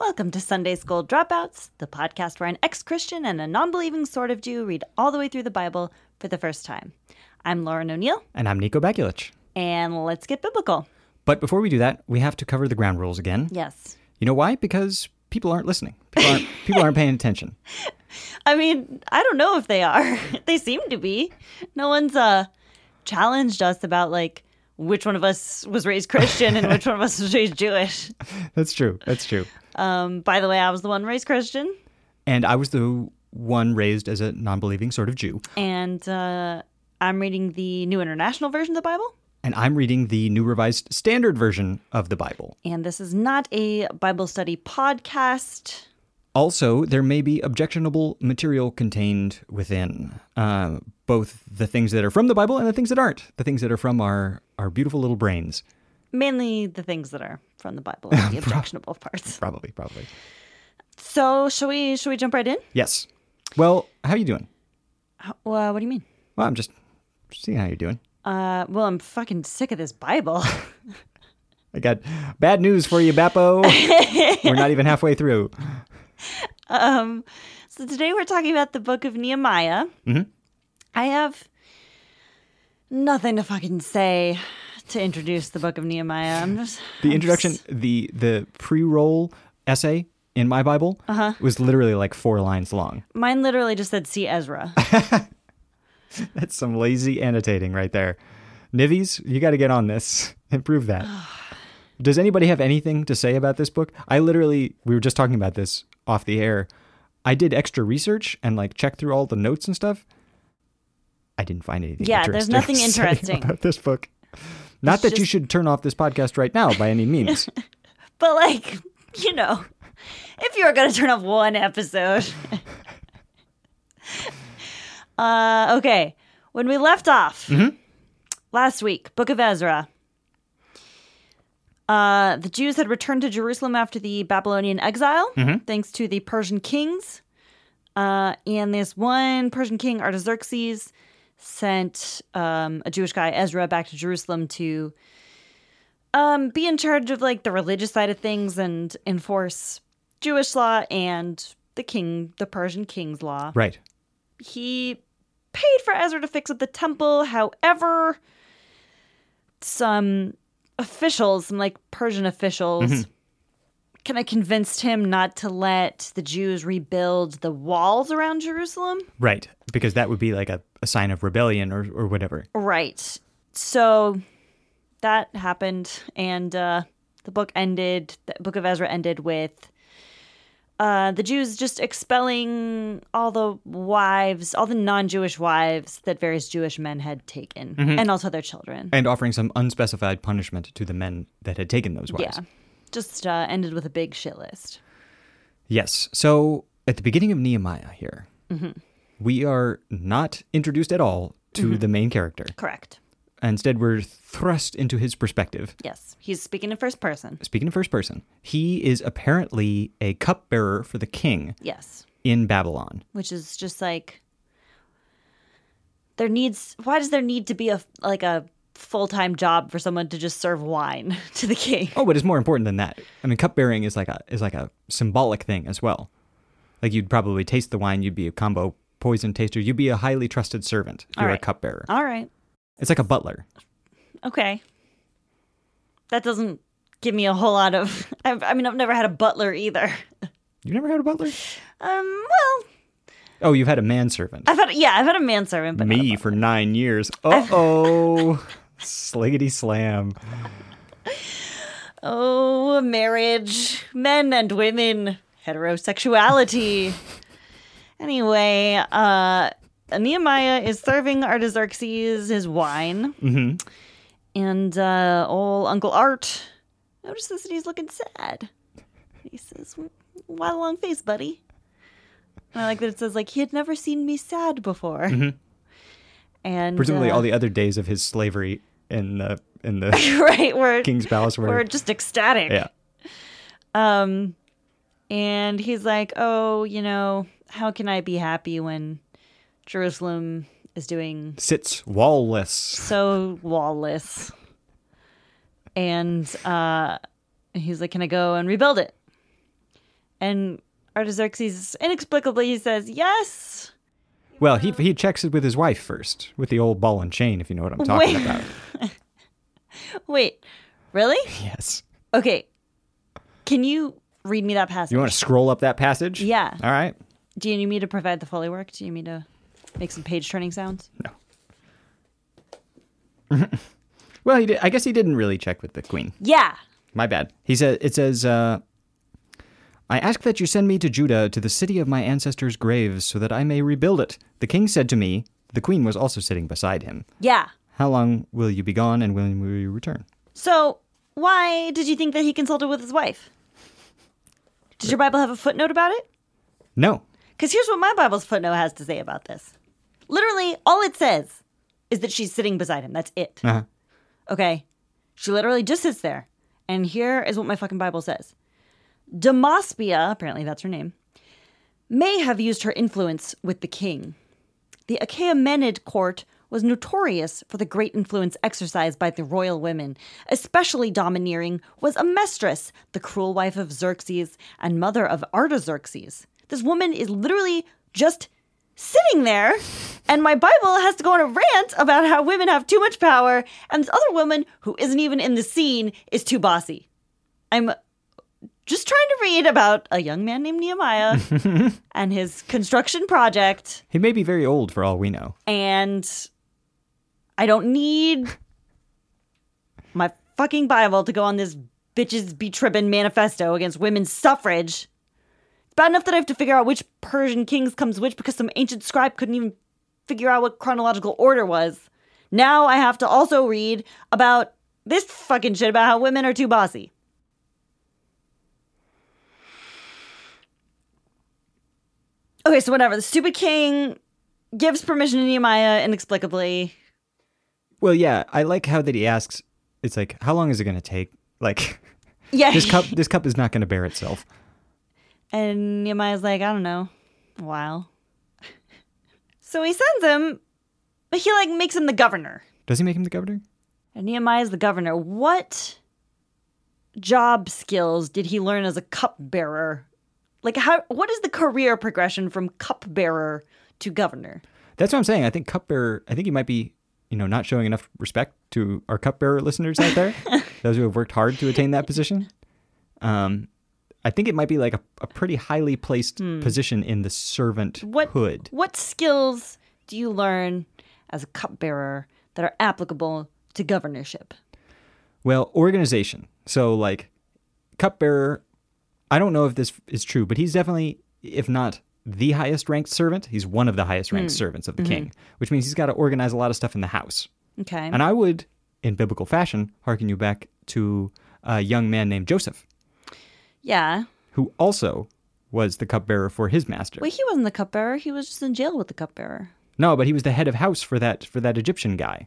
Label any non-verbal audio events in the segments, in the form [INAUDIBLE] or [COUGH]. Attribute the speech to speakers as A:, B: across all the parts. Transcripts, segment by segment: A: Welcome to Sunday School Dropouts, the podcast where an ex Christian and a non believing sort of Jew read all the way through the Bible for the first time. I'm Lauren O'Neill,
B: And I'm Nico Bakulich.
A: and let's get biblical.
B: But before we do that, we have to cover the ground rules again.
A: Yes.
B: You know why? Because people aren't listening. People [LAUGHS] aren't, people aren't paying attention.
A: I mean, I don't know if they are. [LAUGHS] they seem to be. No one's uh, challenged us about like which one of us was raised Christian and which one of us was raised Jewish.
B: That's true. That's true.
A: Um, by the way, I was the one raised Christian,
B: And I was the one raised as a non believing sort of Jew.
A: and uh, I'm reading the New International Version of the Bible.
B: And I'm reading the New Revised Standard Version of the Bible.
A: And this is not a Bible study podcast.
B: Also, there may be objectionable material contained within, uh, both the things that are from the Bible and the things that aren't, the things that are from our, our beautiful little brains.
A: mainly the things that are from the Bible, [LAUGHS] the objectionable parts.
B: Probably, probably.
A: So, shall we? Shall we jump right in?
B: Yes. Well, how you doing?
A: How- Well, what do you mean?
B: Well, I'm just seeing how you're doing.
A: Uh, well, I'm fucking sick of this Bible. [LAUGHS]
B: I got bad news for you, Bappo. We're not even halfway through.
A: um, so today we're talking about the Book of Nehemiah. I have nothing to fucking say to introduce the Book of Nehemiah. I'm just
B: The introduction, the the pre-roll essay in my Bible was literally like four lines long.
A: mine literally just said see Ezra. [LAUGHS]
B: [LAUGHS] That's some lazy annotating right there. Nivies, you got to get on this. [LAUGHS]
A: [SIGHS]
B: Improve that. Does anybody have anything to say about this book? I literally, we were just talking about this off the air. I did extra research and like checked through all the notes and stuff. I didn't find anything.
A: Yeah, there's
B: interesting
A: nothing
B: to [LAUGHS] say
A: interesting.
B: about this book. Not that you
A: just-
B: should turn off this podcast right now by
A: [LAUGHS]
B: any means.
A: but like, you know, if you were gonna turn off one episode. uh, okay, when we left off last week, Book of Ezra. Uh, the Jews had returned to Jerusalem after the Babylonian exile, thanks to the Persian kings. Uh, and this one Persian king, Artaxerxes, sent um, a Jewish guy, Ezra, back to Jerusalem to um, be in charge of like the religious side of things and enforce Jewish law and the king, the Persian king's law.
B: right.
A: He paid for Ezra to fix up the temple. However, some officials, some like Persian officials, kind of convinced him not to let the Jews rebuild the walls around Jerusalem.
B: Right. Because that would be like a, a sign of rebellion or, or whatever.
A: Right. So that happened, and uh, the book ended. The book of Ezra ended with uh, the Jews just expelling all the wives, all the non-Jewish wives that various Jewish men had taken, and also their children.
B: And offering some unspecified punishment to the men that had taken those wives.
A: Yeah, just uh, ended with a big shit list.
B: Yes. So at the beginning of Nehemiah here,
A: Mm-hmm.
B: we are not introduced at all to the main character.
A: Correct.
B: Instead, we're thrust into his perspective.
A: Yes, he's speaking in first person.
B: Speaking in first person, he is apparently a cupbearer for the king
A: Yes,
B: in Babylon.
A: which is just like there needs why does there need to be a like a full-time job for someone to just serve wine [LAUGHS] to the king
B: Oh, but it's more important than that. I mean, cupbearing is like a is like a symbolic thing as well. Like you'd probably taste the wine, you'd be a combo poison taster, you'd be a highly trusted servant. if
A: All
B: You're a
A: right.
B: cupbearer.
A: all right
B: It's like a butler.
A: okay that doesn't give me a whole lot of. [LAUGHS] I've, I mean, I've never had a butler either.
B: You never had a butler?
A: Um, well,
B: Oh, you've had a manservant.
A: I've had yeah, I've had a manservant, but not a
B: Me for nine years. Uh oh. Sliggity slam.
A: Oh, marriage, men and women, heterosexuality. anyway, uh, Nehemiah is serving Artaxerxes his wine,
B: Mhm.
A: and uh, old Uncle Art notices that he's looking sad. He says, "Why the long face, buddy?" And I like that it says like he had never seen me sad before. And
B: Mm-hmm. Presumably,
A: uh,
B: all the other days of his slavery in the in
A: [LAUGHS]
B: the
A: right were
B: king's palace were.
A: were just ecstatic.
B: yeah.
A: Um, and he's like, "Oh, you know, how can I be happy when Jerusalem is doing
B: Sits wallless.
A: so lawless?" And uh, he's like, "Can I go and rebuild it?" And Artaxerxes inexplicably says, "Yes." [LAUGHS]
B: Well, he he checks it with his wife first, with the old ball and chain, if you know what I'm talking
A: Wait.
B: about.
A: Wait, really?
B: Yes.
A: Okay, can you read me that passage?
B: You want to scroll up that passage?
A: Yeah.
B: All right.
A: Do you need me to provide the foley work? Do you need me to make some page turning sounds?
B: [LAUGHS] Well, he did, I guess he didn't really check with the queen.
A: Yeah.
B: My bad. He says it says uh, I ask that you send me to Judah to the city of my ancestors' graves so that I may rebuild it. The king said to me, the queen was also sitting beside him.
A: Yeah.
B: How long will you be gone and when will you return?
A: So, why did you think that he consulted with his wife? Did your Bible have a footnote about it?
B: No.
A: Because here's what my Bible's footnote has to say about this. Literally, all it says is that she's sitting beside him. That's it.
B: Uh-huh.
A: Okay. She literally just sits there. And here is what my fucking Bible says Demospia, apparently that's her name, may have used her influence with the king. The Achaemenid court was notorious for the great influence exercised by the royal women. Especially domineering was Amestris, the cruel wife of Xerxes and mother of Artaxerxes. This woman is literally just sitting there, and my Bible has to go on a rant about how women have too much power, and this other woman who isn't even in the scene is too bossy. I'm just trying to read about a young man named Nehemiah and his construction project
B: He may be very old for all we know.
A: and I don't need my fucking Bible to go on this bitches be tripping manifesto against women's suffrage. It's bad enough that I have to figure out which Persian kings comes which because some ancient scribe couldn't even figure out what chronological order was. Now I have to also read about this fucking shit about how women are too bossy. Okay, so whatever. The stupid king gives permission to Nehemiah inexplicably.
B: Well, yeah, I like how that he asks it's like how long is it going to take? Like [LAUGHS]
A: Yeah.
B: this cup this cup is not going to bear itself.
A: And Nehemiah's like, I don't know, a while. [LAUGHS] So he sends him, but he like makes him the governor.
B: Does he make him the governor?
A: And Nehemiah's the governor. What job skills did he learn as a cupbearer? Like how what is the career progression from cupbearer to governor?
B: That's what I'm saying. I think cupbearer. I think he might be, you know, not showing enough respect to our cupbearer listeners out there, those who have worked hard to attain that position. Um, I think it might be like a, a pretty highly placed position in the servant
A: What
B: hood.
A: what skills do you learn as a cupbearer that are applicable to governorship?
B: Well, organization. So like, cupbearer. I don't know if this is true, but he's definitely, if not the highest ranked servant, he's one of the highest ranked servants of the king, which means he's got to organize a lot of stuff in the house.
A: Okay.
B: And I would, in biblical fashion, hearken you back to a young man named Joseph,
A: yeah.
B: who also was the cupbearer for his master.
A: Wait, he wasn't the cupbearer. He was just in jail with the cupbearer.
B: No, but he was the head of house for that for that Egyptian guy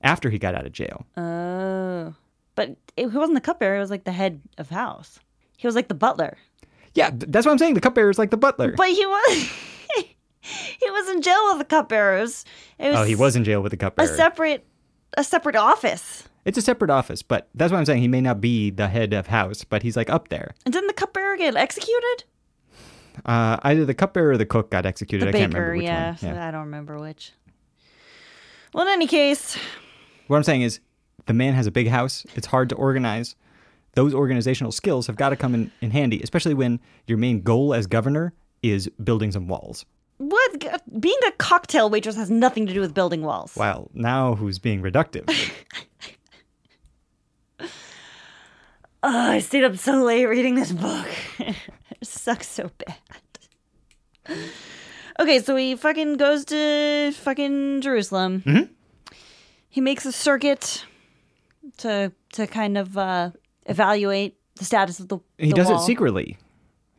B: after he got out of jail.
A: Oh. But it, he wasn't the cupbearer. He was like the head of house. He was like the butler.
B: yeah, th- that's what I'm saying. The cupbearer is like the butler.
A: But he was. [LAUGHS] he was in jail with the cupbearer. It was, it was
B: oh, he was in jail with the
A: a
B: cupbearer.
A: separate, a separate office.
B: it's a separate office, but that's what I'm saying. He may not be the head of house, but he's like up there.
A: And didn't the cupbearer get executed?
B: Uh, either the cupbearer or the cook got executed. I can't remember which
A: yeah,
B: one. Yeah.
A: I don't remember which. Well, in any case,
B: What I'm saying is, the man has a big house. It's hard to organize. those organizational skills have got to come in, in handy, especially when your main goal as governor is building some walls.
A: What? Being a cocktail waitress has nothing to do with building walls.
B: Well, now who's being
A: [LAUGHS]
B: reductive?
A: Ugh, I stayed up so late reading this book. [LAUGHS] it sucks so bad. Okay, so he fucking goes to fucking Jerusalem.
B: Mm-hmm.
A: He makes a circuit to to kind of uh, evaluate the status of the.
B: he
A: the
B: does it
A: wall.
B: secretly.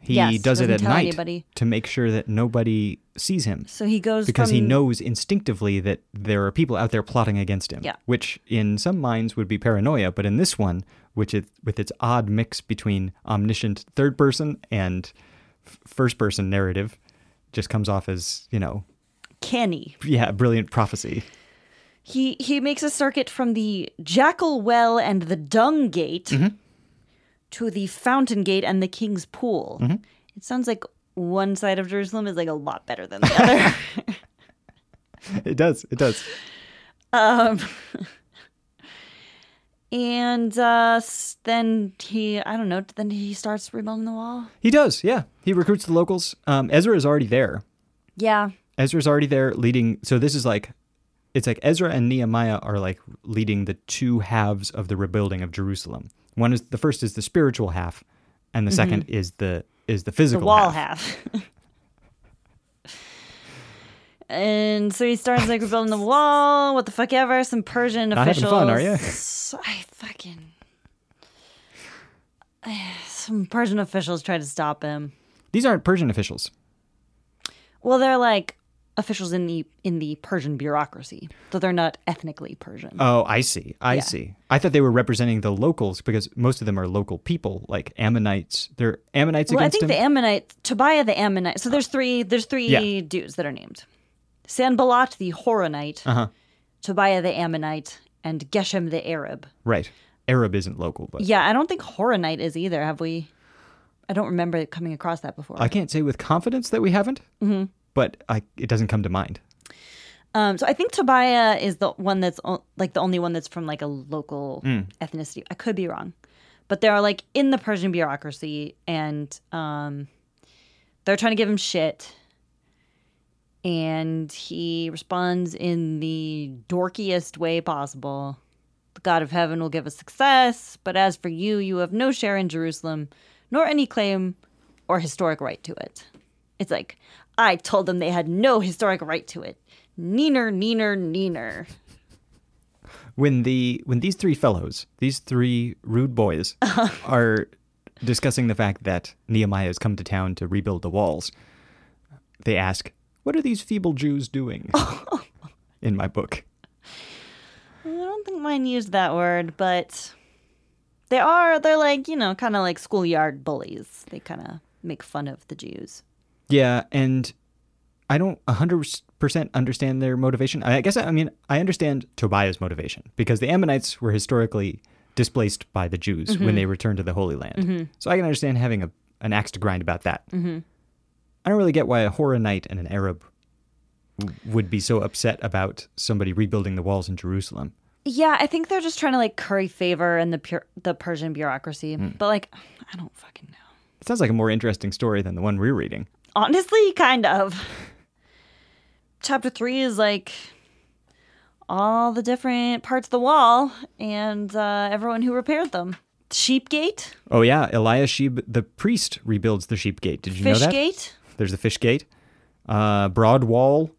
B: He
A: Yes,
B: does it
A: doesn't
B: at
A: tell
B: night
A: anybody.
B: to make sure that nobody sees him.
A: So he goes
B: because
A: from,
B: he knows instinctively that there are people out there plotting against him.
A: Yeah.
B: Which in some minds would be paranoia, but in this one, which is with its odd mix between omniscient third person and f- first person narrative, just comes off as you know,
A: Kenny.
B: yeah, brilliant prophecy.
A: He he makes a circuit from the Jackal Well and the Dung Gate to the Fountain Gate and the King's Pool. It sounds like one side of Jerusalem is like a lot better than the other.
B: It does. It does.
A: Um, [LAUGHS] and uh, s- then he, I don't know, then he starts rebuilding the wall.
B: He does. Yeah. He recruits the locals. Um, Ezra is already there.
A: Yeah,
B: Ezra's already there leading. So this is like, it's like Ezra and Nehemiah are like leading the two halves of the rebuilding of Jerusalem. One is the first is the spiritual half, and the second is the is
A: Mm-hmm. the
B: the physical
A: wall
B: half.
A: half. and so he starts like rebuilding the wall. What the fuck ever? Some Persian
B: Not having
A: officials.
B: fun, are ya?
A: I fucking. Some Persian officials try to stop him.
B: These aren't Persian officials.
A: Well, they're like officials in the in the Persian bureaucracy, though they're not ethnically Persian.
B: Oh, I see. I see. I thought they were representing the locals because most of them are local people, like Ammonites. They're Ammonites
A: well, I
B: against
A: think the
B: him.
A: Ammonite, Tobiah the Ammonite. So there's three. There's three
B: Yeah.
A: dudes that are named: Sanballat the Horonite,
B: Uh-huh.
A: Tobiah the Ammonite, and Geshem the Arab.
B: right. Arab isn't local, but
A: Yeah, I don't think Horonite is either. Have we? I don't remember coming across that before.
B: I can't say with confidence that we haven't. Mm-hmm. But I, it doesn't come to mind.
A: Um, so I think Tobiah is the one that's o- like the only one that's from like a local ethnicity. I could be wrong, but they're like in the Persian bureaucracy, and um, they're trying to give him shit. And he responds in the dorkiest way possible. The God of Heaven will give us success, but as for you, you have no share in Jerusalem, nor any claim or historic right to it. It's like, I told them they had no historic right to it. Neener, neener, neener.
B: when the when these three fellows, these three rude boys, are discussing the fact that Nehemiah has come to town to rebuild the walls, they ask, "What are these feeble Jews doing?" in my book,
A: I don't think mine used that word, but they are, they're like, you know, kind of like schoolyard bullies. They kind of make fun of the Jews.
B: yeah, and I don't hundred percent understand their motivation. I I guess I mean I understand Tobiah's motivation because the Ammonites were historically displaced by the Jews when they returned to the Holy Land, so I can understand having a an axe to grind about that. I don't really get why a Horonite and an Arab w- would be so upset about somebody rebuilding the walls in Jerusalem.
A: Yeah, I think they're just trying to like curry favor in the pure, the Persian bureaucracy. But like, I don't fucking know.
B: It sounds like a more interesting story than the one we're reading.
A: Honestly, kind of. Chapter three is like all the different parts of the wall and uh, everyone who repaired them. Sheepgate,
B: Oh yeah, Eliashib the priest rebuilds the sheep gate. Did you know that?
A: Fishgate,
B: There's the fish gate. Uh, broad wall.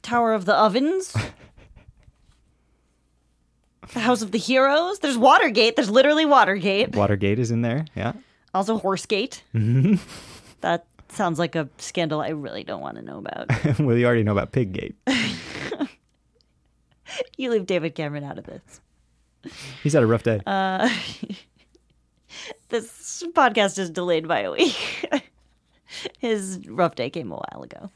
A: Tower of the Ovens, the House of the Heroes. There's Watergate. There's literally Watergate.
B: Watergate is in there. Yeah. [LAUGHS]
A: Also Horsegate.
B: Mm-hmm.
A: that sounds like a scandal I really don't want to know about.
B: well, you already know about pig gate.
A: you leave David Cameron out of this.
B: He's had a rough day.
A: Uh, this podcast is delayed by a week. [LAUGHS] His rough day came a while ago.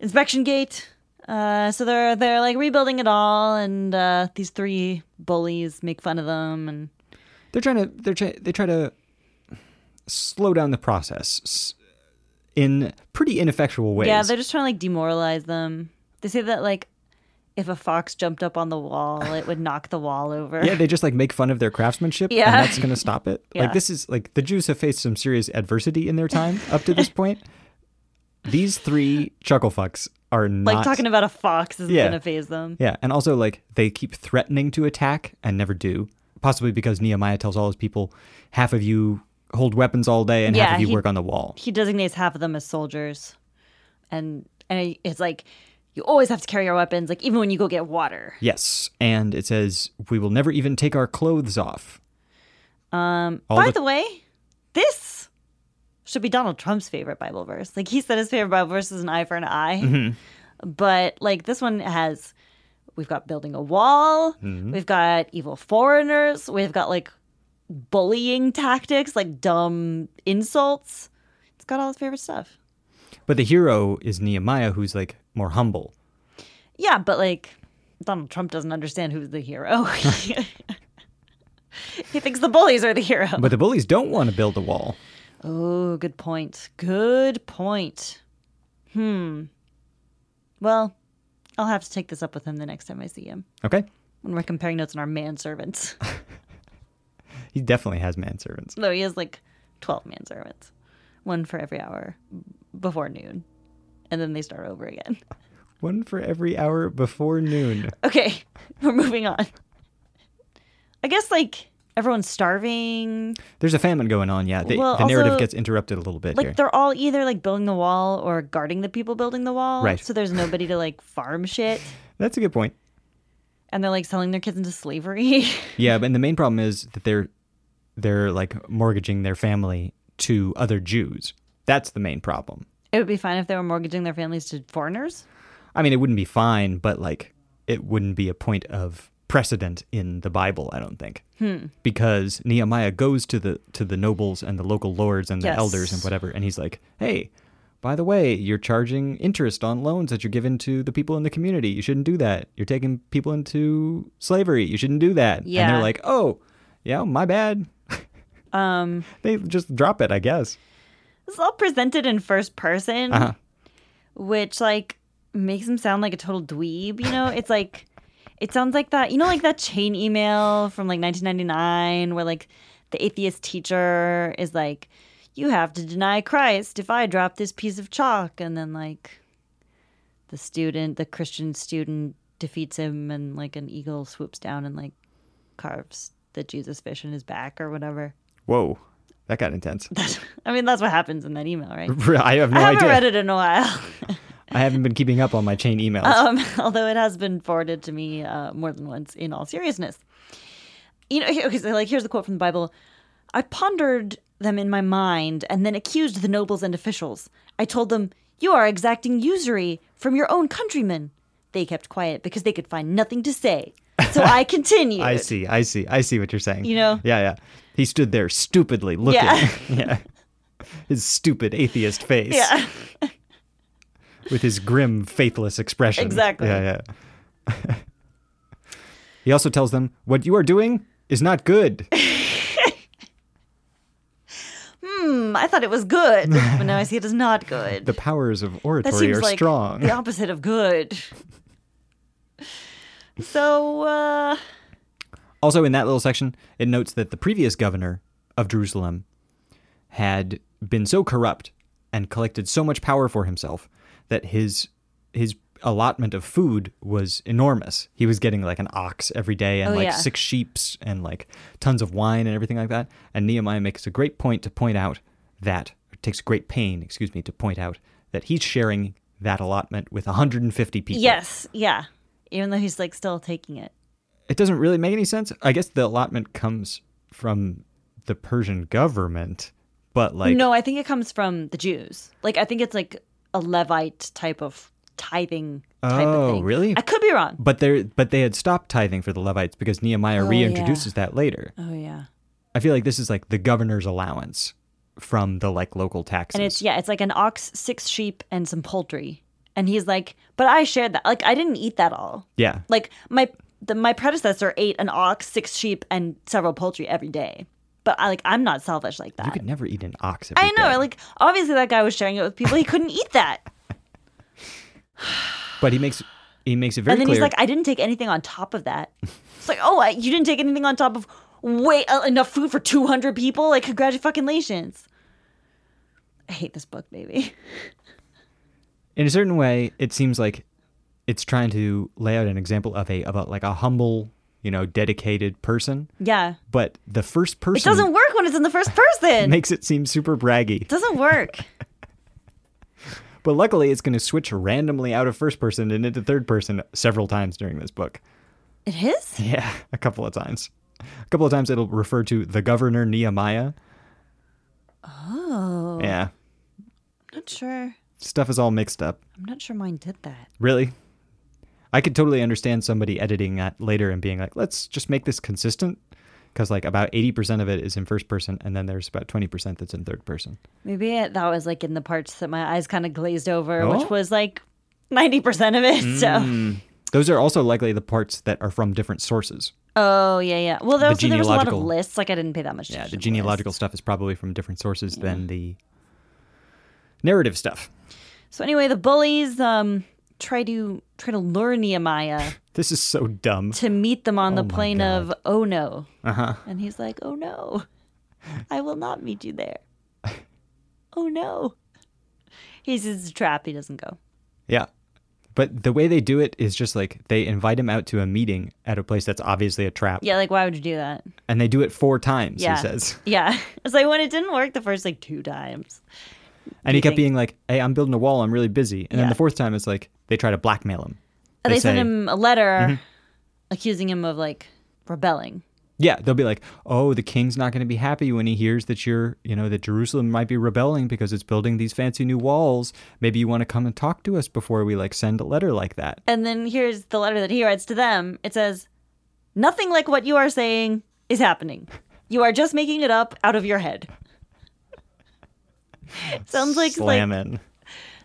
A: Inspection gate. Uh, so they're they're like rebuilding it all, and uh, these three bullies make fun of them, and
B: they're trying to they're try, they try to slow down the process s- in pretty ineffectual ways.
A: yeah, they're just trying to like demoralize them. They say that like if a fox jumped up on the wall, it would knock the wall over.
B: Yeah, they just like make fun of their craftsmanship,
A: Yeah.
B: and that's going to
A: [LAUGHS]
B: stop it.
A: Yeah.
B: Like this is like the Jews have faced some serious adversity in their time up to
A: [LAUGHS]
B: this point. These three chuckle fucks are
A: [LAUGHS]
B: not
A: like talking about a fox isn't
B: Yeah.
A: going to phase them.
B: Yeah, and also like they keep threatening to attack and never do. Possibly because Nehemiah tells all his people, half of you hold weapons all day and half
A: Yeah,
B: of you
A: he-
B: work on the wall.
A: He designates half of them as soldiers, and and it's like you always have to carry your weapons, like even when you go get water.
B: Yes, and it says we will never even take our clothes off.
A: Um,
B: All
A: by
B: the-
A: the way, this should be Donald Trump's favorite Bible verse. Like he said, his favorite Bible verse is an eye for an eye,
B: Mm-hmm.
A: but like this one has, we've got building a wall,
B: Mm-hmm.
A: we've got evil foreigners, we've got like bullying tactics, like dumb insults. It's got all his favorite stuff.
B: But the hero is Nehemiah, who's like more humble.
A: Yeah, but like Donald Trump doesn't understand who's the hero. [LAUGHS] he thinks the bullies are the hero.
B: But the bullies don't want to build a wall.
A: Oh, good point. Good point. Hmm. Well, I'll have to take this up with him the next time I see him
B: Okay?
A: when we're comparing notes on our manservants. [LAUGHS]
B: He definitely has manservants.
A: Though he has like 12 manservants, one for every hour before noon. And then they start over again. [LAUGHS]
B: One for every hour before noon.
A: Okay, [LAUGHS] we're moving on. I guess like everyone's starving.
B: There's a famine going on, yeah. The,
A: Well,
B: the narrative
A: also,
B: gets interrupted a little bit
A: Like
B: here.
A: they're all either like building the wall or guarding the people building the wall.
B: Right.
A: So there's nobody to like farm shit.
B: That's a good point.
A: and they're like selling their kids into slavery. [LAUGHS]
B: Yeah, but and the main problem is that they're they're like mortgaging their family to other Jews. That's the main problem.
A: it would be fine if they were mortgaging their families to foreigners.
B: I mean, it wouldn't be fine, but like it wouldn't be a point of precedent in the Bible, I don't think.
A: Hmm.
B: Because Nehemiah goes to the to the nobles and the local lords and the
A: Yes.
B: elders and whatever and he's like, "Hey, by the way, you're charging interest on loans that you're giving to the people in the community. You shouldn't do that. You're taking people into slavery. You shouldn't do that." And
A: Yeah.
B: they're like, "Oh, yeah, my bad."
A: Um,
B: [LAUGHS] they just drop it, I guess.
A: this is all presented in first person,
B: Uh-huh.
A: which like makes him sound like a total dweeb. You know, it's like it sounds like that. You know, like that chain email from like 1999, where like the atheist teacher is like, "You have to deny Christ if I drop this piece of chalk," and then like the student, the Christian student, defeats him, and like an eagle swoops down and like carves the Jesus fish in his back or whatever. [LAUGHS]
B: Whoa, that got intense. [LAUGHS]
A: I mean, that's what happens in that email, right?
B: I have no
A: I haven't
B: idea.
A: read it in a while, [LAUGHS]
B: I haven't been keeping up on my chain emails.
A: um, although it has been forwarded to me uh, more than once. In all seriousness, you know, okay, so like here's the quote from the Bible: "I pondered them in my mind, and then accused the nobles and officials. I told them, "You are exacting usury from your own countrymen." They kept quiet because they could find nothing to say. So
B: [LAUGHS]
A: I continued.
B: I see, I see, I see what you're saying.
A: You know?
B: Yeah, yeah. He stood there stupidly looking.
A: Yeah.
B: [LAUGHS] Yeah. His stupid atheist face.
A: Yeah. [LAUGHS]
B: With his grim, faithless expression.
A: Exactly.
B: Yeah, yeah. [LAUGHS] he also tells them, What you are doing is not good.
A: Hmm, I thought it was good, but
B: [LAUGHS]
A: now I see it is not good.
B: The powers
A: [LAUGHS]
B: of
A: That
B: oratory
A: seems
B: are
A: like
B: strong.
A: the opposite of
B: [LAUGHS]
A: good. so, uh,
B: Also, in that little section, it notes that the previous governor of Jerusalem had been so corrupt and collected so much power for himself that his his allotment of food was enormous. He was getting like an ox every day and
A: Oh,
B: like
A: yeah.
B: six sheeps and like tons of wine and everything like that. And Nehemiah makes a great point to point out that or takes great pain, excuse me, to point out that he's sharing that allotment with 150 people.
A: yes, yeah. Even though he's like still taking it.
B: it doesn't really make any sense. I guess the allotment comes from the Persian government, but like
A: no, I think it comes from the Jews. Like, I think it's like a Levite type of tithing type
B: Oh,
A: of thing.
B: really?
A: I could be wrong.
B: but they but they had stopped tithing for the Levites because Nehemiah
A: Oh, yeah.
B: reintroduces that later.
A: Oh, yeah.
B: I feel like this is like the governor's allowance from the like local taxes.
A: And it's, yeah, it's like an ox, six sheep, and some poultry. And he's like, but I shared that. Like, I didn't eat that all.
B: yeah.
A: like my the, my predecessor ate an ox, six sheep, and several poultry every day. But I like I'm not selfish like
B: You
A: that.
B: could never eat an ox. every
A: I know,
B: day.
A: like obviously that guy was sharing it with people. He couldn't eat that.
B: but he makes he makes it very
A: and then
B: clear.
A: he's like, I didn't take anything on top of that. It's like, oh, I, you didn't take anything on top of way uh, enough food for 200 people? Like, congratulations. I hate this book, baby.
B: in a certain way, it seems like it's trying to lay out an example of a about like a humble, you know, dedicated person.
A: Yeah.
B: But the first
A: It
B: person
A: doesn't work when it's in the first person.
B: [LAUGHS] makes it seem super braggy.
A: It doesn't work.
B: But luckily, it's going to switch randomly out of first person and into third person several times during this book.
A: It is?
B: Yeah, [LAUGHS] a couple of times. A couple of times it'll refer to the governor Nehemiah.
A: Oh,
B: Yeah,
A: I'm [LAUGHS] not sure.
B: stuff is all mixed up.
A: I'm not sure mine did that.
B: Really? I could totally understand somebody editing that later and being like, let's just make this consistent. Because, like, about 80% of it is in first person, and then there's about 20% that's in third person.
A: Maybe it, that was like in the parts that my eyes kind of glazed over,
B: Oh.
A: which was like 90% of it. So,
B: Those are also likely the parts that are from different sources.
A: oh, yeah, yeah. Well, there,
B: The
A: also, there was a lot of
B: genealogical-
A: lists. Like, I didn't pay that much
B: Yeah,
A: attention.
B: the
A: to
B: genealogical stuff is probably from different sources than the narrative stuff.
A: So anyway, the bullies um try to try to lure
B: [LAUGHS]
A: Nehemiah
B: This is so dumb.
A: to meet them on the
B: my
A: plain
B: God.
A: of Oh no,
B: Uh-huh.
A: and he's like, "Oh no, I will not meet you
B: [LAUGHS]
A: there." oh no, he sees the trap. He doesn't go.
B: Yeah. But the way they do it is just like they invite him out to a meeting at a place that's obviously a trap.
A: Yeah, like why would you do that?
B: And they do it four times,
A: Yeah,
B: he says.
A: Yeah, [LAUGHS] it's like when it didn't work the first like two times.
B: And he kept
A: think-
B: being like, "Hey, I'm building a wall. I'm really busy." And then
A: Yeah.
B: the fourth time, it's like they try to blackmail him.
A: And they,
B: say, Mm-hmm.
A: sent him a letter accusing him of like rebelling.
B: "Yeah." They'll be like, "Oh, the king's not going to be happy when he hears that you're, you know, that Jerusalem might be rebelling because it's building these fancy new walls. Maybe you want to come and talk to us before we like send a letter like that."
A: And then here's the letter that he writes to them. It says, Nothing like what you are saying is happening. You are just making it up out of your
B: [LAUGHS]
A: head. sounds like, like
B: Slam in.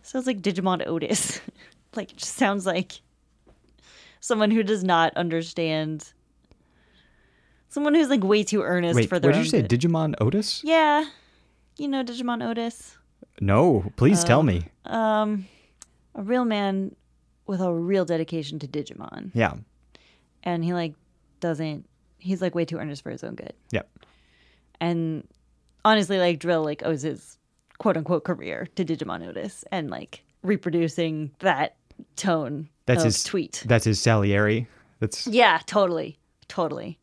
A: sounds like Digimon Otis. [LAUGHS] like it just sounds like someone who does not understand. Someone who's like way too earnest
B: Wait,
A: for
B: what
A: their
B: did you
A: own
B: say?
A: good.
B: Digimon Otis?
A: yeah, you know Digimon Otis,
B: No, please tell me.
A: Oh. a real man with a real dedication to Digimon.
B: Yeah,
A: and he like doesn't he's like way too earnest for his own good
B: yep.
A: and honestly like drill like owes his quote unquote career to digimon otis and like reproducing that tone
B: That's
A: of
B: his
A: tweet
B: That's his Salieri. That's
A: yeah totally totally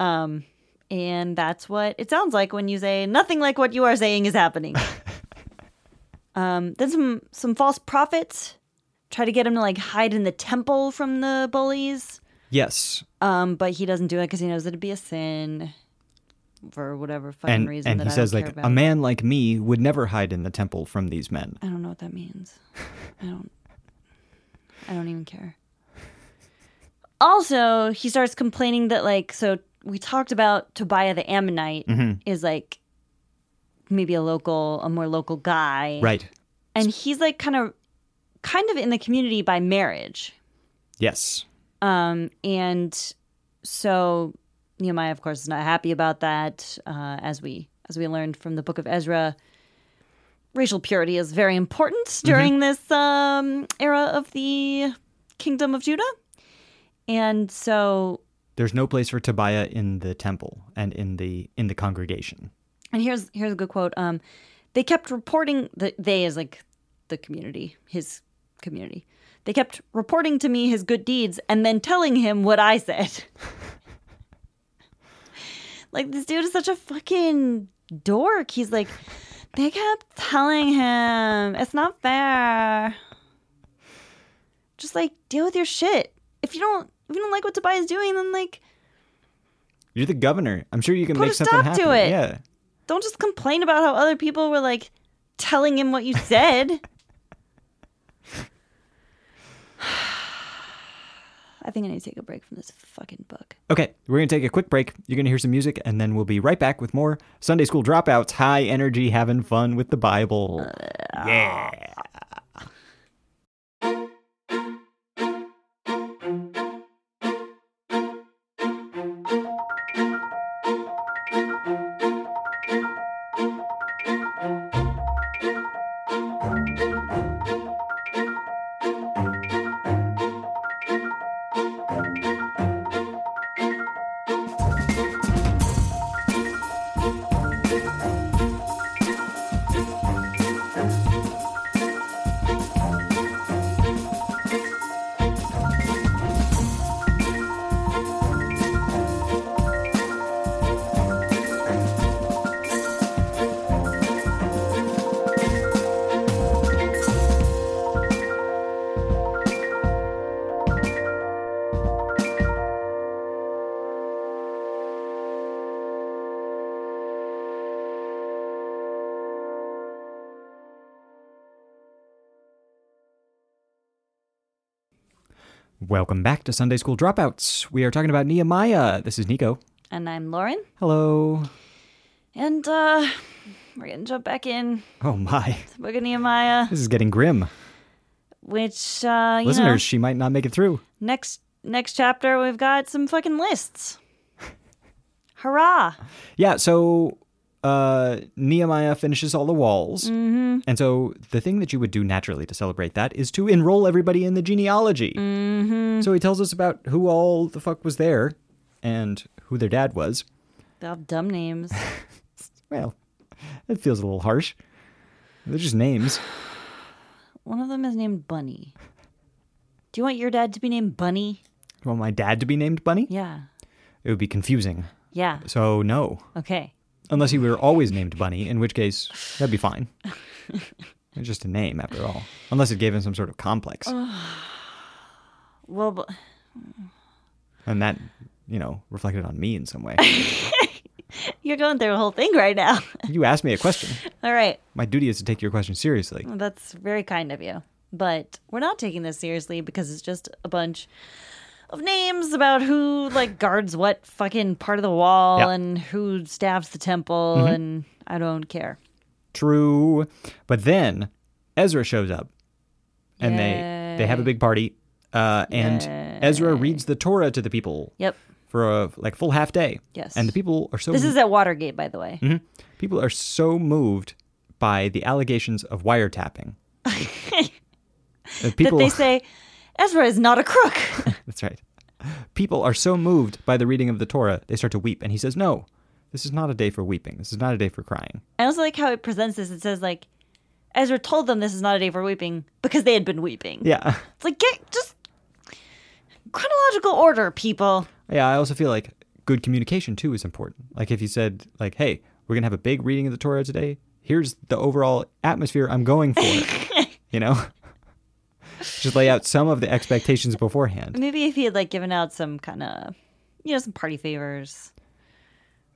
A: um and that's what it sounds like when you say nothing like what you are saying is
B: [LAUGHS]
A: happening um then some some false prophets try to get him to like hide in the temple from the bullies
B: yes.
A: um, but he doesn't do it because he knows it'd be a sin for whatever fucking
B: And
A: reason
B: and
A: that
B: he
A: I
B: says
A: don't
B: like,
A: care
B: "A
A: about.
B: man like me would never hide in the temple from these men."
A: I don't know what that means. I don't. I don't even care. Also, he starts complaining that like so we talked about Tobiah the Ammonite
B: Mm-hmm.
A: is like maybe a local, a more local guy,
B: Right.
A: And he's like kind of, kind of in the community by marriage.
B: Yes.
A: Um, and so Nehemiah, of course, is not happy about that. Uh, as we as we learned from the Book of Ezra, racial purity is very important during this um, era of the Kingdom of Judah, and so
B: there's no place for Tobiah in the temple and in the in the congregation.
A: and here's here's a good quote. Um, they kept reporting that they is like the community, his community. They kept reporting to me his good deeds and then telling him what I said. [LAUGHS] like this dude is such a fucking dork. He's like, they kept telling him it's not fair. Just like deal with your shit. If you don't if you don't like what Tobias is doing, then like
B: You're the governor. I'm sure you can
A: Put
B: make
A: a
B: something
A: stop
B: happen.
A: to it.
B: Yeah.
A: don't just complain about how other people were like telling him what you said. I think I need to take a break from this fucking book.
B: Okay, we're gonna take a quick break. You're gonna hear some music, and then we'll be right back with more Sunday School Dropouts. High energy, having fun with the Bible. yeah. Welcome back to Sunday School Dropouts. We are talking about Nehemiah. This is Nico.
A: And I'm Lauren.
B: Hello.
A: And uh, we're going to jump back in
B: Oh [LAUGHS] my.
A: to Book of Nehemiah,
B: This is getting grim.
A: which, uh, you
B: Listeners,
A: know,
B: she might not make it through.
A: next, next chapter, we've got some fucking lists. Hurrah.
B: Yeah, so uh, Nehemiah finishes all the walls. Mm-hmm. And so the thing that you would do naturally to celebrate that is to enroll everybody in the genealogy. Mm-hmm. So he tells us about who all the fuck was there and who their dad was.
A: They all have dumb names.
B: Well, that feels a little harsh. They're just names. [SIGHS]
A: One of them is named Bunny. Do you want your dad to be named Bunny?
B: You want my dad to be named Bunny?
A: Yeah.
B: It would be confusing.
A: Yeah.
B: So, no.
A: Okay.
B: Unless he were always named Bunny, in which case, that'd
A: [LAUGHS]
B: be fine. it's just a name, after all. Unless it gave him some sort of complex.
A: Uh. Well, bu-
B: and that, you know, reflected on me in
A: [LAUGHS]
B: some way.
A: you're going through a whole thing right now. [LAUGHS]
B: you asked me a question.
A: All right.
B: My duty is to take your question seriously.
A: Well, That's very kind of you. But we're not taking this seriously because it's just a bunch of names about who like guards what fucking part of the wall
B: Yeah. Mm-hmm.
A: and who stabs the temple and I don't care.
B: True. But then Ezra shows up and they they have a big party. Uh, and Ezra reads the Torah to the people
A: Yep.
B: for a like full half day.
A: Yes.
B: And the people are so
A: This is at Watergate, by the way.
B: Mm-hmm. people are so moved by the allegations of wiretapping. That
A: That
B: people
A: they say Ezra is not a crook.
B: [LAUGHS]
A: [LAUGHS]
B: That's right. People are so moved by the reading of the Torah, they start to weep. And he says, No, this is not a day for weeping. This is not a day for crying.
A: I also like how it presents this. It says like Ezra told them this is not a day for weeping because they had been weeping.
B: Yeah. [LAUGHS]
A: It's like get just chronological order, people.
B: Yeah. I also feel like good communication, too, is important. Like if you said, like, hey, we're going to have a big reading of the Torah today. Here's the overall atmosphere I'm going for. you know? [LAUGHS] Just lay out some of the expectations beforehand.
A: Maybe if he had like given out some kind of, you know, some party favors.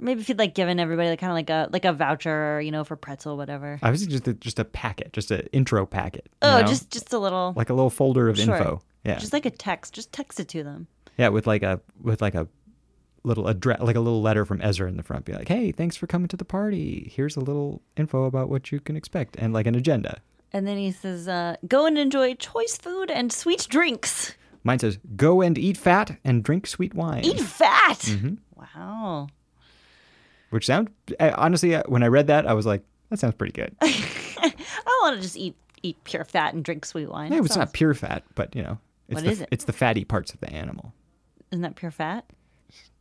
A: Or Maybe if he'd like given everybody like kind of like a like a voucher, you know, for pretzel, whatever.
B: I was just a, just a packet, just an intro packet. you
A: Oh,
B: know?
A: just just a little,
B: like a little folder of
A: Sure.
B: info. Yeah.
A: just like a text, just text it to them.
B: Yeah, with like a with like a little address, like a little letter from Ezra in the front, be like, "Hey, thanks for coming to the party. Here's a little info about what you can expect and like an agenda."
A: And then he says, uh, "Go and enjoy choice food and sweet drinks.
B: Mine says, "Go and eat fat and drink sweet wine,"
A: Eat fat."
B: Mm-hmm.
A: Wow.
B: which sound I- honestly, I- when I read that, I was like, "That sounds pretty
A: [LAUGHS]
B: good." Yeah,
A: I want to just eat eat pure fat and drink sweet wine.
B: it's
A: Sounds-
B: not pure fat, but you know, it's
A: What
B: the,
A: is it?
B: It's the fatty parts of the animal.
A: Isn't that pure fat?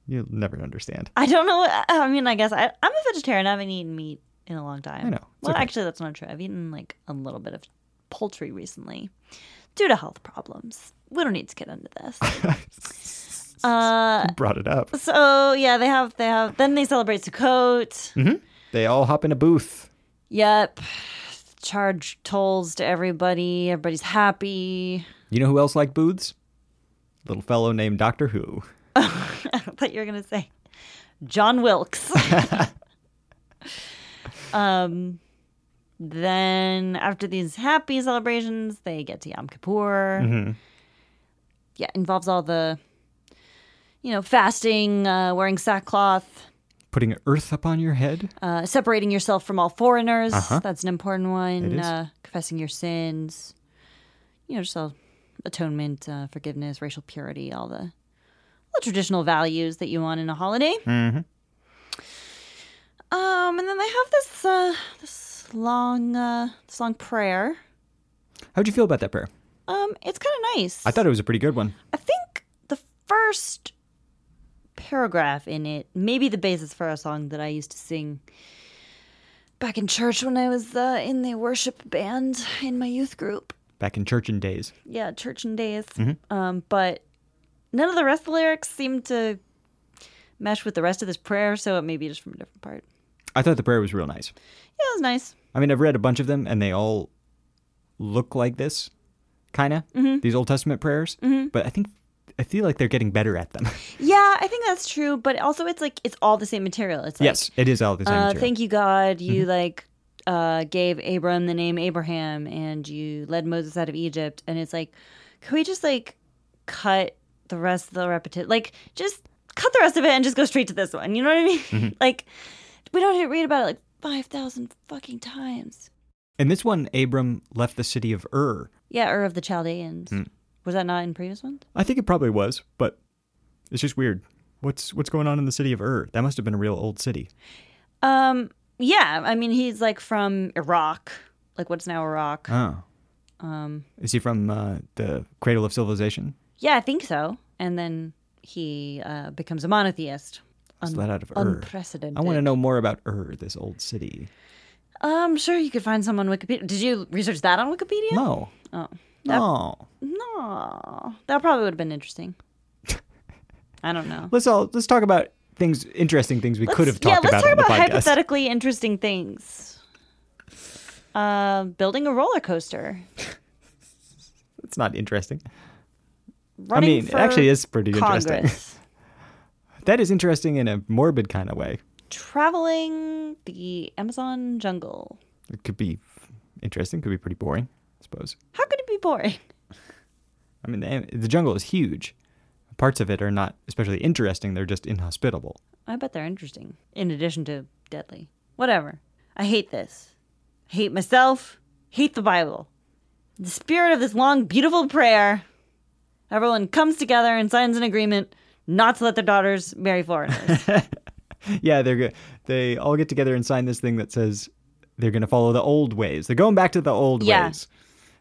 B: You'll never understand.
A: I don't know. I- I mean, I guess I, I'm a vegetarian. I haven't eaten meat in a long time.
B: I know. It's
A: Well,
B: okay.
A: actually, that's not true. I've eaten like a little bit of poultry recently due to health problems. We don't need to get into this.
B: [LAUGHS]
A: uh,
B: Brought it up.
A: so yeah, they have they have. Then they celebrate Sukkot.
B: Mm-hmm. They all hop in a booth.
A: Yep. Charge tolls to everybody. Everybody's happy.
B: You know who else liked booths? Little fellow named Doctor Who.
A: I [LAUGHS] thought you were gonna say John Wilkes. um, then after these happy celebrations, they get to Yom Kippur. Yeah, involves all the, you know, fasting, uh, wearing sackcloth,
B: Putting earth upon your head.
A: uh, separating yourself from all foreigners. That's an important one.
B: Uh-huh. It is.
A: Uh, confessing your sins. You know, just all atonement, uh, forgiveness, racial purity, all the, the traditional values that you want in a holiday.
B: Mm-hmm.
A: Um, and then they have this uh, this long uh, this long prayer.
B: How'd you feel about that prayer?
A: Um, it's kind of nice.
B: I thought it was a pretty good one.
A: I think the first paragraph in it may be the basis for a song that I used to sing back in church when I was uh, in the worship band in my youth group.
B: Back in church and days.
A: Yeah, church and days. Um, but none of the rest of the lyrics seem to mesh with the rest of this prayer, so it may be just from a different part.
B: I thought the prayer was real nice.
A: Yeah, it was nice.
B: I mean, I've read a bunch of them, and they all look like this, kind of
A: Mm-hmm.
B: these Old Testament prayers. But I think I feel like they're getting better at
A: [LAUGHS]
B: them. [LAUGHS]
A: Yeah, I think that's true. But also, it's like it's all the same material. It's like,
B: yes, it is all the same.
A: uh,
B: material.
A: thank you god you like uh, gave abram the name abraham and you led moses out of egypt and it's like can we just like cut the rest of the repetition. Like, just cut the rest of it and just go straight to this one. You know what I mean? [LAUGHS] like, we don't have to read about it like 5,000 fucking times.
B: In this one, Abram left the city of Ur.
A: Yeah, or of the Chaldeans. Was that not in previous ones?
B: I think it probably was, but it's just weird. What's what's going on in the city of Ur? That must have been a real old city.
A: Um, yeah. I mean, he's like from Iraq, like what's now Iraq.
B: Oh,
A: Um,
B: is he from uh, the cradle of civilization?
A: yeah, I think so. And then he uh, becomes a monotheist.
B: Was that out of Ur?
A: Unprecedented.
B: I want to know more about Ur, this old city.
A: I'm Um, sure you could find some on Wikipedia. Did you research that on Wikipedia?
B: No,
A: Oh.
B: no.
A: No. That probably would have been
B: [LAUGHS]
A: interesting. I don't know.
B: Let's all let's talk about things, interesting things we could have talked
A: yeah, let's
B: about
A: talk
B: on the
A: about
B: podcast.
A: hypothetically interesting things. Uh, building a roller coaster.
B: it's not interesting.
A: Running
B: mean, it
A: for
B: actually is pretty
A: Congress.
B: interesting. That is interesting in a morbid kind of way.
A: Traveling the Amazon jungle.
B: It could be interesting. Could be pretty boring, I suppose.
A: How could it be boring?
B: I mean, the, the jungle is huge. Parts of it are not especially interesting. They're just inhospitable.
A: I bet they're interesting. In addition to deadly. Whatever. I hate this. I hate myself. Hate the Bible. The spirit of this long, beautiful prayer. Everyone comes together and signs an agreement not to let their daughters marry foreigners.
B: Yeah, they're good. They all get together and sign this thing that says they're going to follow the old ways. They're going back to the old
A: Yeah.
B: ways,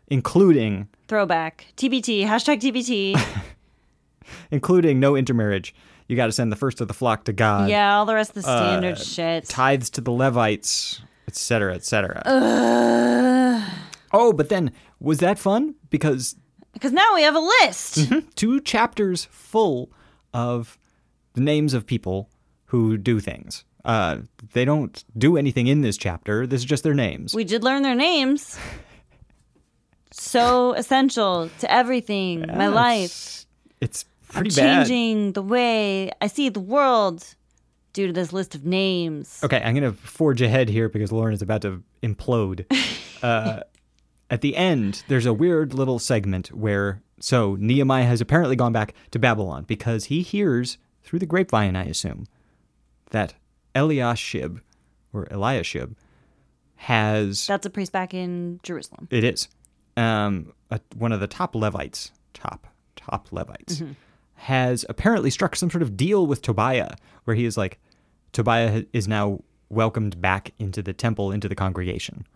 B: including
A: Throwback. TBT. Hashtag TBT.
B: including no intermarriage. You got to send the first of the flock to God.
A: yeah, all the rest of the standard shit.
B: [LAUGHS] tithes to the Levites, et cetera, et cetera. Oh, but then was that fun? Because
A: Because now we have a list.
B: two chapters full of the names of people who do things. Uh, they don't do anything in this chapter. This is just their names.
A: We did learn their names. So essential to everything, my life.
B: It's, it's pretty bad.
A: changing the way I see the world due to this list of names.
B: Okay, I'm going to forge ahead here because Lauren is about to implode. uh, at the end, there's a weird little segment where so Nehemiah has apparently gone back to Babylon because he hears through the grapevine, I assume, that Eliashib or Eliashib has
A: That's a priest back in Jerusalem.
B: it is um, a, one of the top Levites, top top Levites,
A: Mm-hmm.
B: has apparently struck some sort of deal with Tobiah, where he is like, Tobiah ha- is now welcomed back into the temple, into the congregation,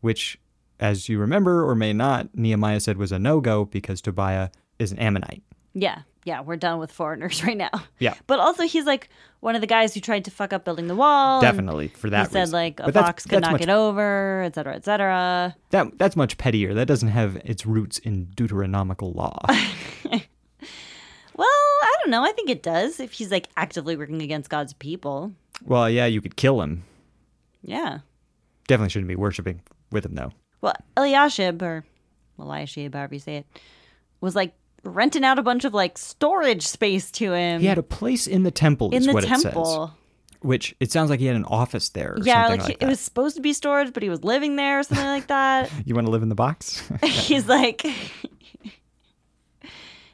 B: which, as you remember or may not, Nehemiah said was a no go because Tobiah is an Ammonite.
A: Yeah, yeah, we're done with foreigners [LAUGHS] right now.
B: Yeah.
A: But also, he's like one of the guys who tried to fuck up building the wall. and
B: Um, Definitely for that
A: He said,
B: reason.
A: like, a
B: But that's-
A: fox could
B: that's
A: knock
B: much-
A: it over, et cetera, et cetera.
B: That that's much pettier. That doesn't have its roots in Deuteronomical
A: [LAUGHS]
B: law.
A: Well, I don't know. I think it does if he's like actively working against God's people.
B: well, yeah, you could kill him.
A: Yeah.
B: Definitely shouldn't be worshiping with him though.
A: Well, Eliashib or Eliashib, however you say it, was like renting out a bunch of like storage space to him
B: He had a place in the temple.
A: in
B: is
A: the
B: what it says.
A: temple.
B: Which it sounds like he had an office there. Or
A: yeah,
B: something
A: like,
B: like,
A: he,
B: that.
A: it was supposed to be storage, but he was living there or something like
B: [LAUGHS]
A: that.
B: You want to live in the box?
A: [LAUGHS]
B: [LAUGHS]
A: He's like, [LAUGHS]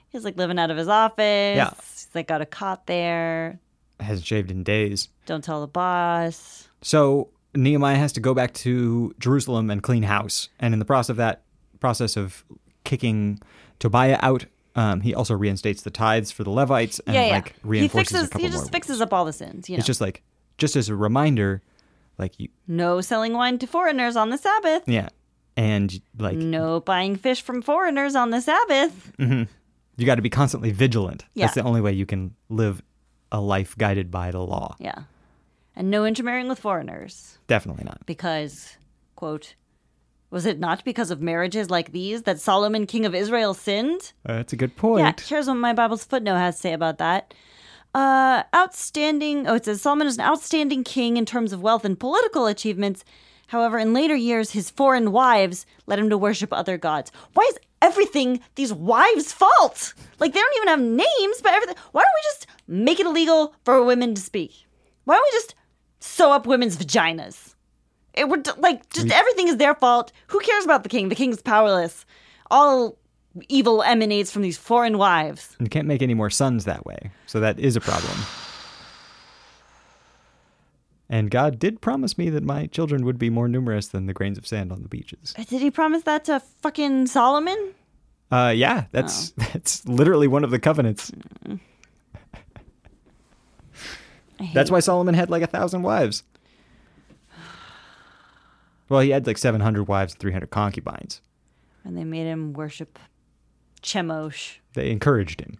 A: he's like living out of his office.
B: Yeah.
A: He's like got a cot there.
B: Hasn't shaved in days.
A: Don't tell the boss.
B: So Nehemiah has to go back to Jerusalem and clean house. And in the process of that process of kicking Tobiah out, um, he also reinstates the tithes for the Levites and
A: yeah, yeah.
B: like
A: he
B: reinforces a
A: fixes.
B: couple
A: He
B: more.
A: just fixes up all the sins. You know,
B: It's just like just as a reminder, like you
A: no selling wine to foreigners on the Sabbath.
B: yeah. And like
A: No buying fish from foreigners on the Sabbath.
B: you gotta be constantly vigilant. That's
A: Yeah.
B: the only way you can live a life guided by the law.
A: Yeah. And no intermarrying with foreigners
B: Definitely not.
A: because, quote, was it not because of marriages like these that Solomon, king of Israel, sinned?
B: Uh, that's a good point.
A: Yeah, here's what my Bible's footnote has to say about that. Uh, outstanding. Oh, it says Solomon is an outstanding king in terms of wealth and political achievements. However, in later years, his foreign wives led him to worship other gods. Why is everything these wives' fault? Like they don't even have names, but everything. Why don't we just make it illegal for women to speak? Why don't we just sew up women's vaginas? It would like just everything is their fault. Who cares about the king? The king's powerless. All evil emanates from these foreign wives.
B: You can't make any more sons that way. So that is a problem. [SIGHS] And God did promise me that my children would be more numerous than the grains of sand on the beaches.
A: Did he promise that to fucking Solomon?
B: Uh, yeah, that's [LAUGHS] that's literally one of the covenants. that's why Solomon had like a thousand wives. Well, he had like seven hundred wives and three hundred concubines.
A: And they made him worship Chemosh.
B: They encouraged him,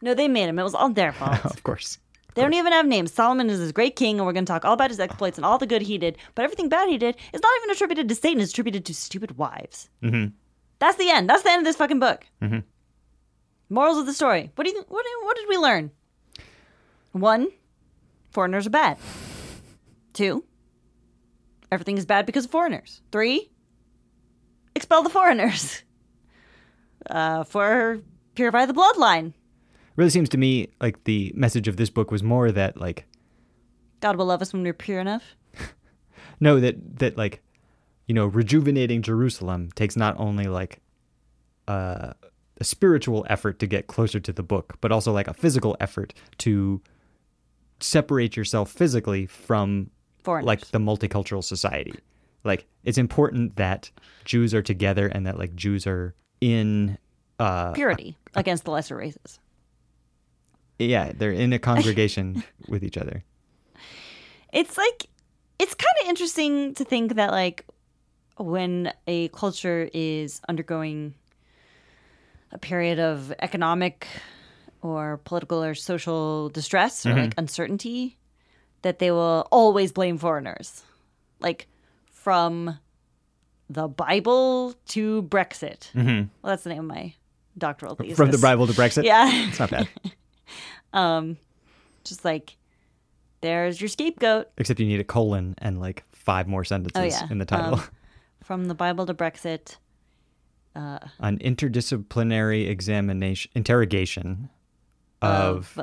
A: No, they made him. It was all their fault.
B: of course.
A: they don't even have names. Solomon is this great king, and we're going to talk all about his exploits and all the good he did. But everything bad he did is not even attributed to Satan. It's attributed to stupid wives. Mm-hmm. That's the end. That's the end of this fucking book. Mm-hmm. Morals of the story. What do you? What, do you- what did we learn? One, foreigners are bad. Two, everything is bad because of foreigners. Three, expel the foreigners. [LAUGHS] Uh, four, purify the bloodline.
B: Really seems to me like the message of this book was more that like
A: God will love us when we're pure enough.
B: no that that like you know rejuvenating jerusalem takes not only like uh, a spiritual effort to get closer to the book but also like a physical effort to separate yourself physically from
A: Foreigners.
B: like the multicultural society like it's important that jews are together and that like jews are in uh [LAUGHS]
A: purity against the lesser races.
B: yeah
A: [LAUGHS]
B: they're in a congregation with each other
A: It's like it's kind of interesting to think that like when a culture is undergoing a period of economic or political or social distress or
B: Mm-hmm.
A: like uncertainty that they will always blame foreigners. Like from the Bible to Brexit. Well, that's the name of my doctoral thesis.
B: Mm-hmm. from the bible to brexit
A: Yeah. [LAUGHS]
B: it's not bad
A: Just like there's your scapegoat.
B: except you need a colon and like five more sentences
A: Oh, yeah. Um,
B: in the title
A: from the Bible to Brexit.
B: [LAUGHS] an interdisciplinary examination interrogation of,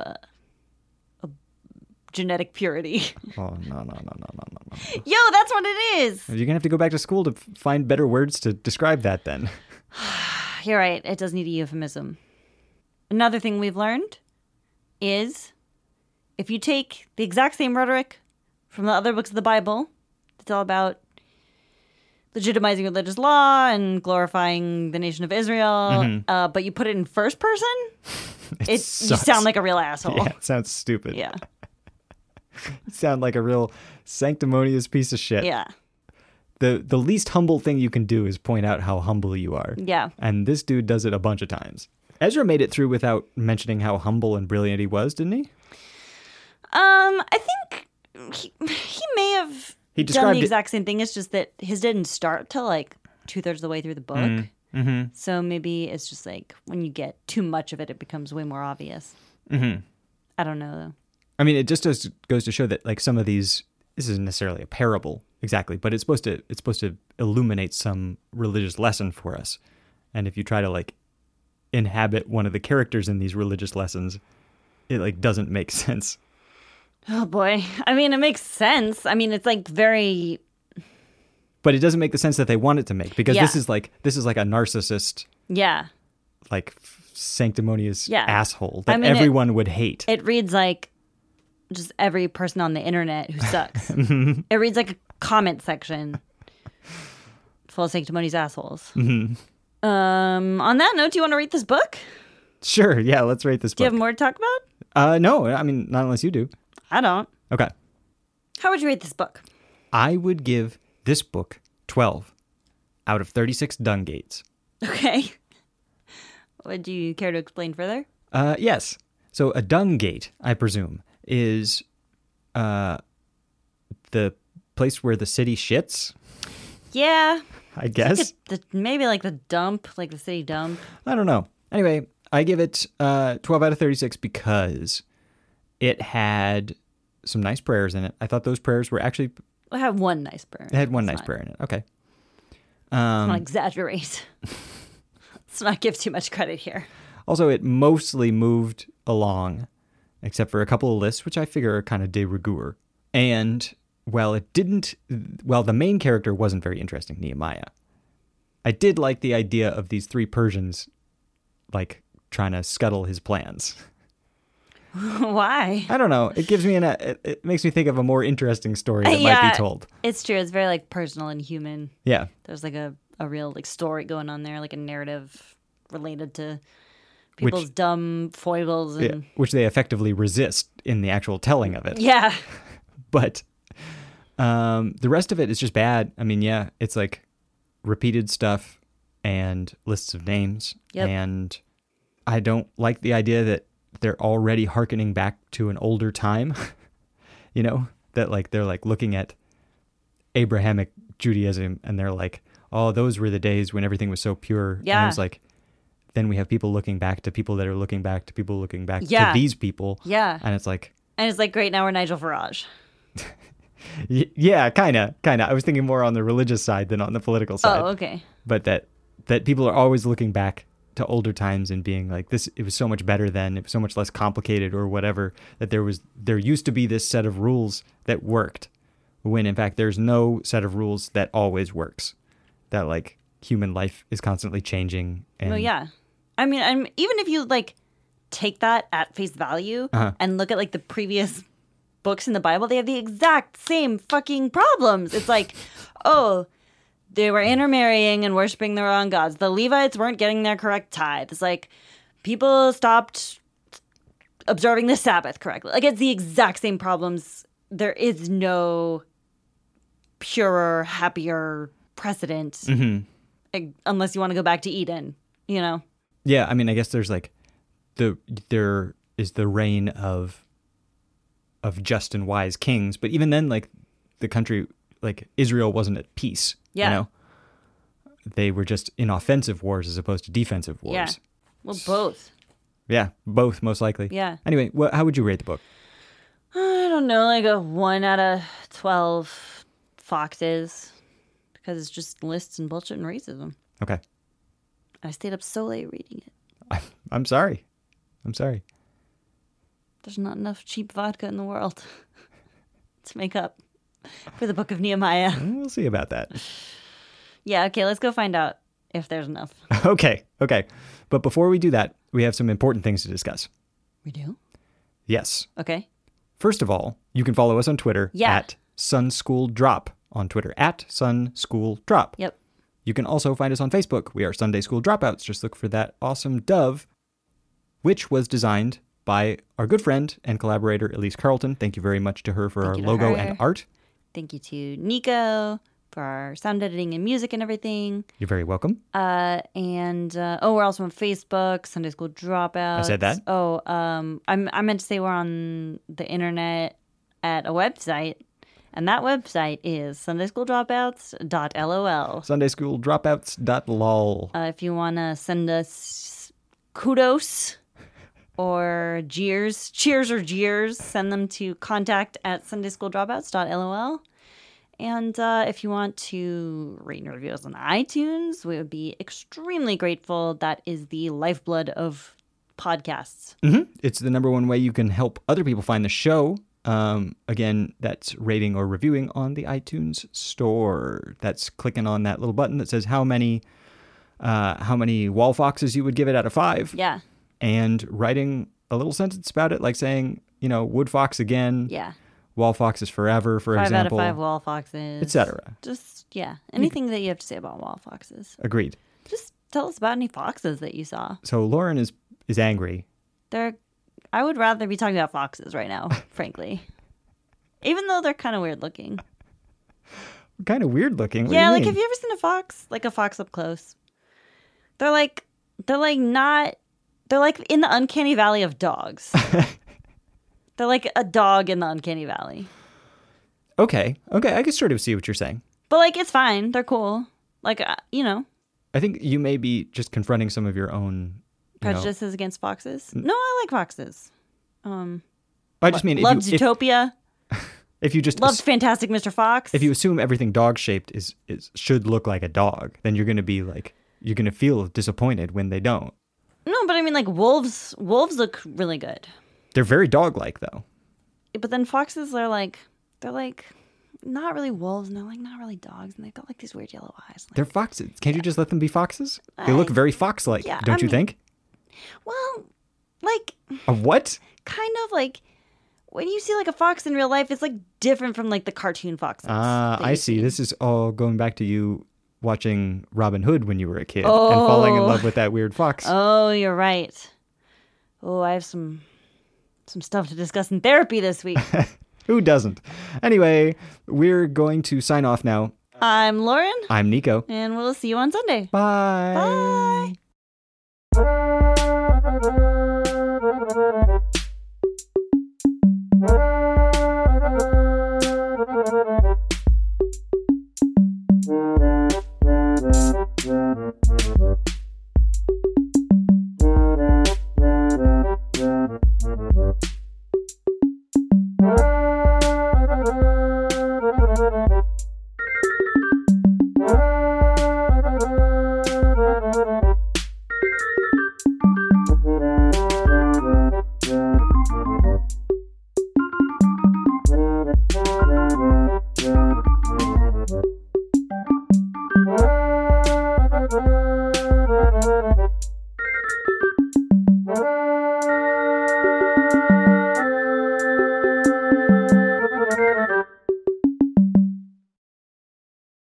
A: Genetic purity. [LAUGHS]
B: oh no no no no no no no
A: Yo, that's what it is.
B: you're gonna have to go back to school to f- find better words to describe that then [LAUGHS]
A: You're right. It does need a euphemism. Another thing we've learned is if you take the exact same rhetoric from the other books of the Bible, it's all about legitimizing religious law and glorifying the nation of Israel, uh, but you put it in first person,
B: Mm-hmm. [LAUGHS] it,
A: it, you
B: sucks.
A: sound like a real asshole.
B: yeah it sounds stupid
A: Oh. yeah.
B: You sound like a real sanctimonious piece of shit
A: Yeah.
B: the the least humble thing you can do is point out how humble you are
A: Yeah.
B: and this dude does it a bunch of times Ezra made it through without mentioning how humble and brilliant he was, didn't he?
A: Um, I think he, he may have
B: He
A: done
B: described
A: the
B: it-
A: exact same thing. It's just that his didn't start till like two thirds of the way through the book.
B: Mm, mm-hmm.
A: So maybe it's just like when you get too much of it, it becomes way more obvious.
B: Mm-hmm.
A: I don't know though.
B: I mean, it just does, goes to show that like some of these, this isn't necessarily a parable exactly, but it's supposed to it's supposed to illuminate some religious lesson for us. And if you try to like inhabit one of the characters in these religious lessons, it like doesn't make [LAUGHS] sense.
A: Oh boy. I mean, it makes sense. I mean, it's like very
B: But it doesn't make the sense that they want it to make because this
A: Yeah.
B: is like this is like a narcissist,
A: yeah.
B: like f- sanctimonious
A: Yeah.
B: asshole that
A: I mean, it-
B: everyone would hate.
A: It reads like just every person on the internet who
B: [LAUGHS]
A: sucks. it reads like a comment section full of sanctimonious assholes.
B: Mm-hmm.
A: Um, on that note, do you want to read this book?
B: sure, yeah, let's rate this
A: Do you
B: book.
A: have more to talk about?
B: uh, no, I mean not unless you do.
A: I don't.
B: Okay.
A: How would you rate this book? [LAUGHS]
B: I would give this book 12 out of 36 Dungates.
A: Okay. Would you care to explain further?
B: Uh, yes. So a Dungate, I presume, is uh, the place where the city shits,
A: Yeah.
B: I guess.
A: The, maybe like the dump, like the city dump.
B: I don't know. Anyway, I give it uh, 12 out of 36 because it had some nice prayers in it. I thought those prayers were actually,
A: I have one nice prayer.
B: it had one
A: Let's
B: nice um, prayer in it. Okay.
A: not- Let's not exaggerate. [LAUGHS] Let's not give too much credit here. [LAUGHS]
B: Also, it mostly moved along, except for a couple of lists, which I figure are kind of de rigueur. And while it didn't, well, the main character wasn't very interesting, Nehemiah. I did like the idea of these three Persians like trying to scuttle his plans.
A: Why?
B: I don't know. It gives me an it, it makes me think of a more interesting story that might
A: Yeah.
B: be told.
A: It's true. It's very like personal and human.
B: Yeah.
A: There's like a, a real like story going on there, like a narrative related to
B: Which-
A: people's dumb foibles
B: Yeah,
A: and
B: which they effectively resist in the actual telling of it.
A: yeah.
B: [LAUGHS] But um, the rest of it is just bad. I mean, yeah, it's like repeated stuff and lists of names.
A: Yep.
B: And I don't like the idea that they're already hearkening back to an older time, [LAUGHS] you know, that like they're like looking at Abrahamic Judaism and they're like, oh, those were the days when everything was so pure. And I
A: Yeah.
B: was like, then we have people looking back to people that are looking back to people looking back
A: Yeah.
B: to these people.
A: Yeah.
B: And it's like,
A: And it's like great now we're Nigel Farage.
B: Y- yeah, kind of, kind of. I was thinking more on the religious side than on the political side.
A: Oh, okay.
B: But that that people are always looking back to older times and being like this it was so much better then, it was so much less complicated or whatever that there was there used to be this set of rules that worked when in fact there's no set of rules that always works. That like human life is constantly changing and
A: Well, yeah. I mean, I'm, even if you like take that at face value and look at like the previous books in the Bible, they have the exact same fucking problems. It's like, [LAUGHS] oh, they were intermarrying and worshiping the wrong gods. The Levites weren't getting their correct tithe. It's like people stopped observing the Sabbath correctly. Like it's the exact same problems. There is no purer, happier precedent eh, unless you want to go back to Eden, you know?
B: Yeah, I mean, I guess there's like the there is the reign of of just and wise kings, but even then, like the country, like Israel, wasn't at peace.
A: Yeah.
B: you know? they were just in offensive wars as opposed to defensive
A: Yeah.
B: wars.
A: Well, both.
B: Yeah, both most likely.
A: Yeah.
B: Anyway, wha how would you rate the book?
A: [SIGHS] I don't know, like a one out of 12 foxes because it's just lists and bullshit and racism.
B: Okay,
A: I stayed up so late reading it.
B: I'm sorry, I'm sorry.
A: There's not enough cheap vodka in the world [LAUGHS] to make up for the book of Nehemiah.
B: We'll see
A: [LAUGHS]
B: about that.
A: Yeah, okay, let's go find out if there's enough.
B: okay, okay. But before we do that, we have some important things to discuss.
A: [LAUGHS] We do?
B: Yes.
A: Okay.
B: First of all, you can follow us on Twitter
A: Yeah.
B: at Sun School Drop on Twitter at Sun School Drop.
A: Yep.
B: You can also find us on Facebook. We are Sunday School Dropouts. Just look for that awesome dove, which was designed by our good friend and collaborator Elise Carlton. Thank you very much to her for our
A: you to
B: logo
A: her.
B: and art.
A: Thank you to Nico for our sound editing and music and everything.
B: You're very welcome.
A: Uh, and uh, oh, we're also on Facebook, Sunday School Dropout. I
B: said that?
A: Oh, um, I'm I meant to say we're on the internet at a website, and that website is Sunday School Dropouts.lol.
B: Sunday School Dropouts.lol.
A: Uh, if you want to send us kudos or jeers, cheers or jeers, send them to contact at Sunday School Dropouts.lol. And uh, if you want to rate and review us on iTunes, we would be extremely grateful. That is the lifeblood of podcasts.
B: Mm. It's the number one way you can help other people find the show. Um, again, that's rating or reviewing on the iTunes store. That's clicking on that little button that says how many, uh, how many wall foxes you would give it out of five,
A: Yeah.
B: and writing a little sentence about it, like saying, you know, wood fox again,
A: Yeah.
B: wall foxes forever, for
A: Five
B: example,
A: out of five wall foxes.
B: etc.
A: Just, yeah. Anything that you have to say about wall foxes.
B: Agreed.
A: Just tell us about any foxes that you saw.
B: So Lauren is is angry.
A: They're I would rather be talking about foxes right
B: [LAUGHS]
A: now, frankly. Even though they're kind of weird looking.
B: Kind of weird looking. What do
A: yeah,
B: you
A: like
B: mean?
A: have you ever seen a fox? Like a fox up close. They're like they're like not they're like in the uncanny valley of
B: [LAUGHS]
A: dogs. they're like a dog in the uncanny valley.
B: Okay, okay, I can sort of see what you're saying.
A: But like it's fine. They're cool. Like uh, you know,
B: I think you may be just confronting some of your own you know-
A: prejudices against foxes. No, I like foxes.
B: I just mean if
A: Loved
B: you, if,
A: Zootopia.
B: if you just
A: loved
B: ass-
A: Fantastic Mr. Fox.
B: if you assume everything dog shaped is, is should look like a dog, then you're gonna be like you're gonna feel disappointed when they don't.
A: no, but I mean like wolves. Wolves look really good.
B: They're very dog like though.
A: but then foxes are like they're like not really wolves and they're like not really dogs and they've got like these weird yellow eyes. Like,
B: They're foxes. Can't you just let them be foxes?
A: I-
B: They look very fox like,
A: yeah,
B: don't
A: I
B: you
A: mean-
B: think?
A: well, like
B: A what?
A: kind of like when you see like a fox in real life, it's like different from like the cartoon foxes.
B: Ah,
A: that
B: I
A: you
B: see. This is all going back to you watching Robin Hood when you were a kid and falling in
A: Oh.
B: love with that weird fox.
A: Oh, you're right. Oh, I have some some stuff to discuss in therapy this
B: [LAUGHS]
A: week.
B: Who doesn't? Anyway, we're going to sign off now.
A: I'm Lauren,
B: I'm Nico.
A: and we'll see you on Sunday.
B: Bye.
A: Bye.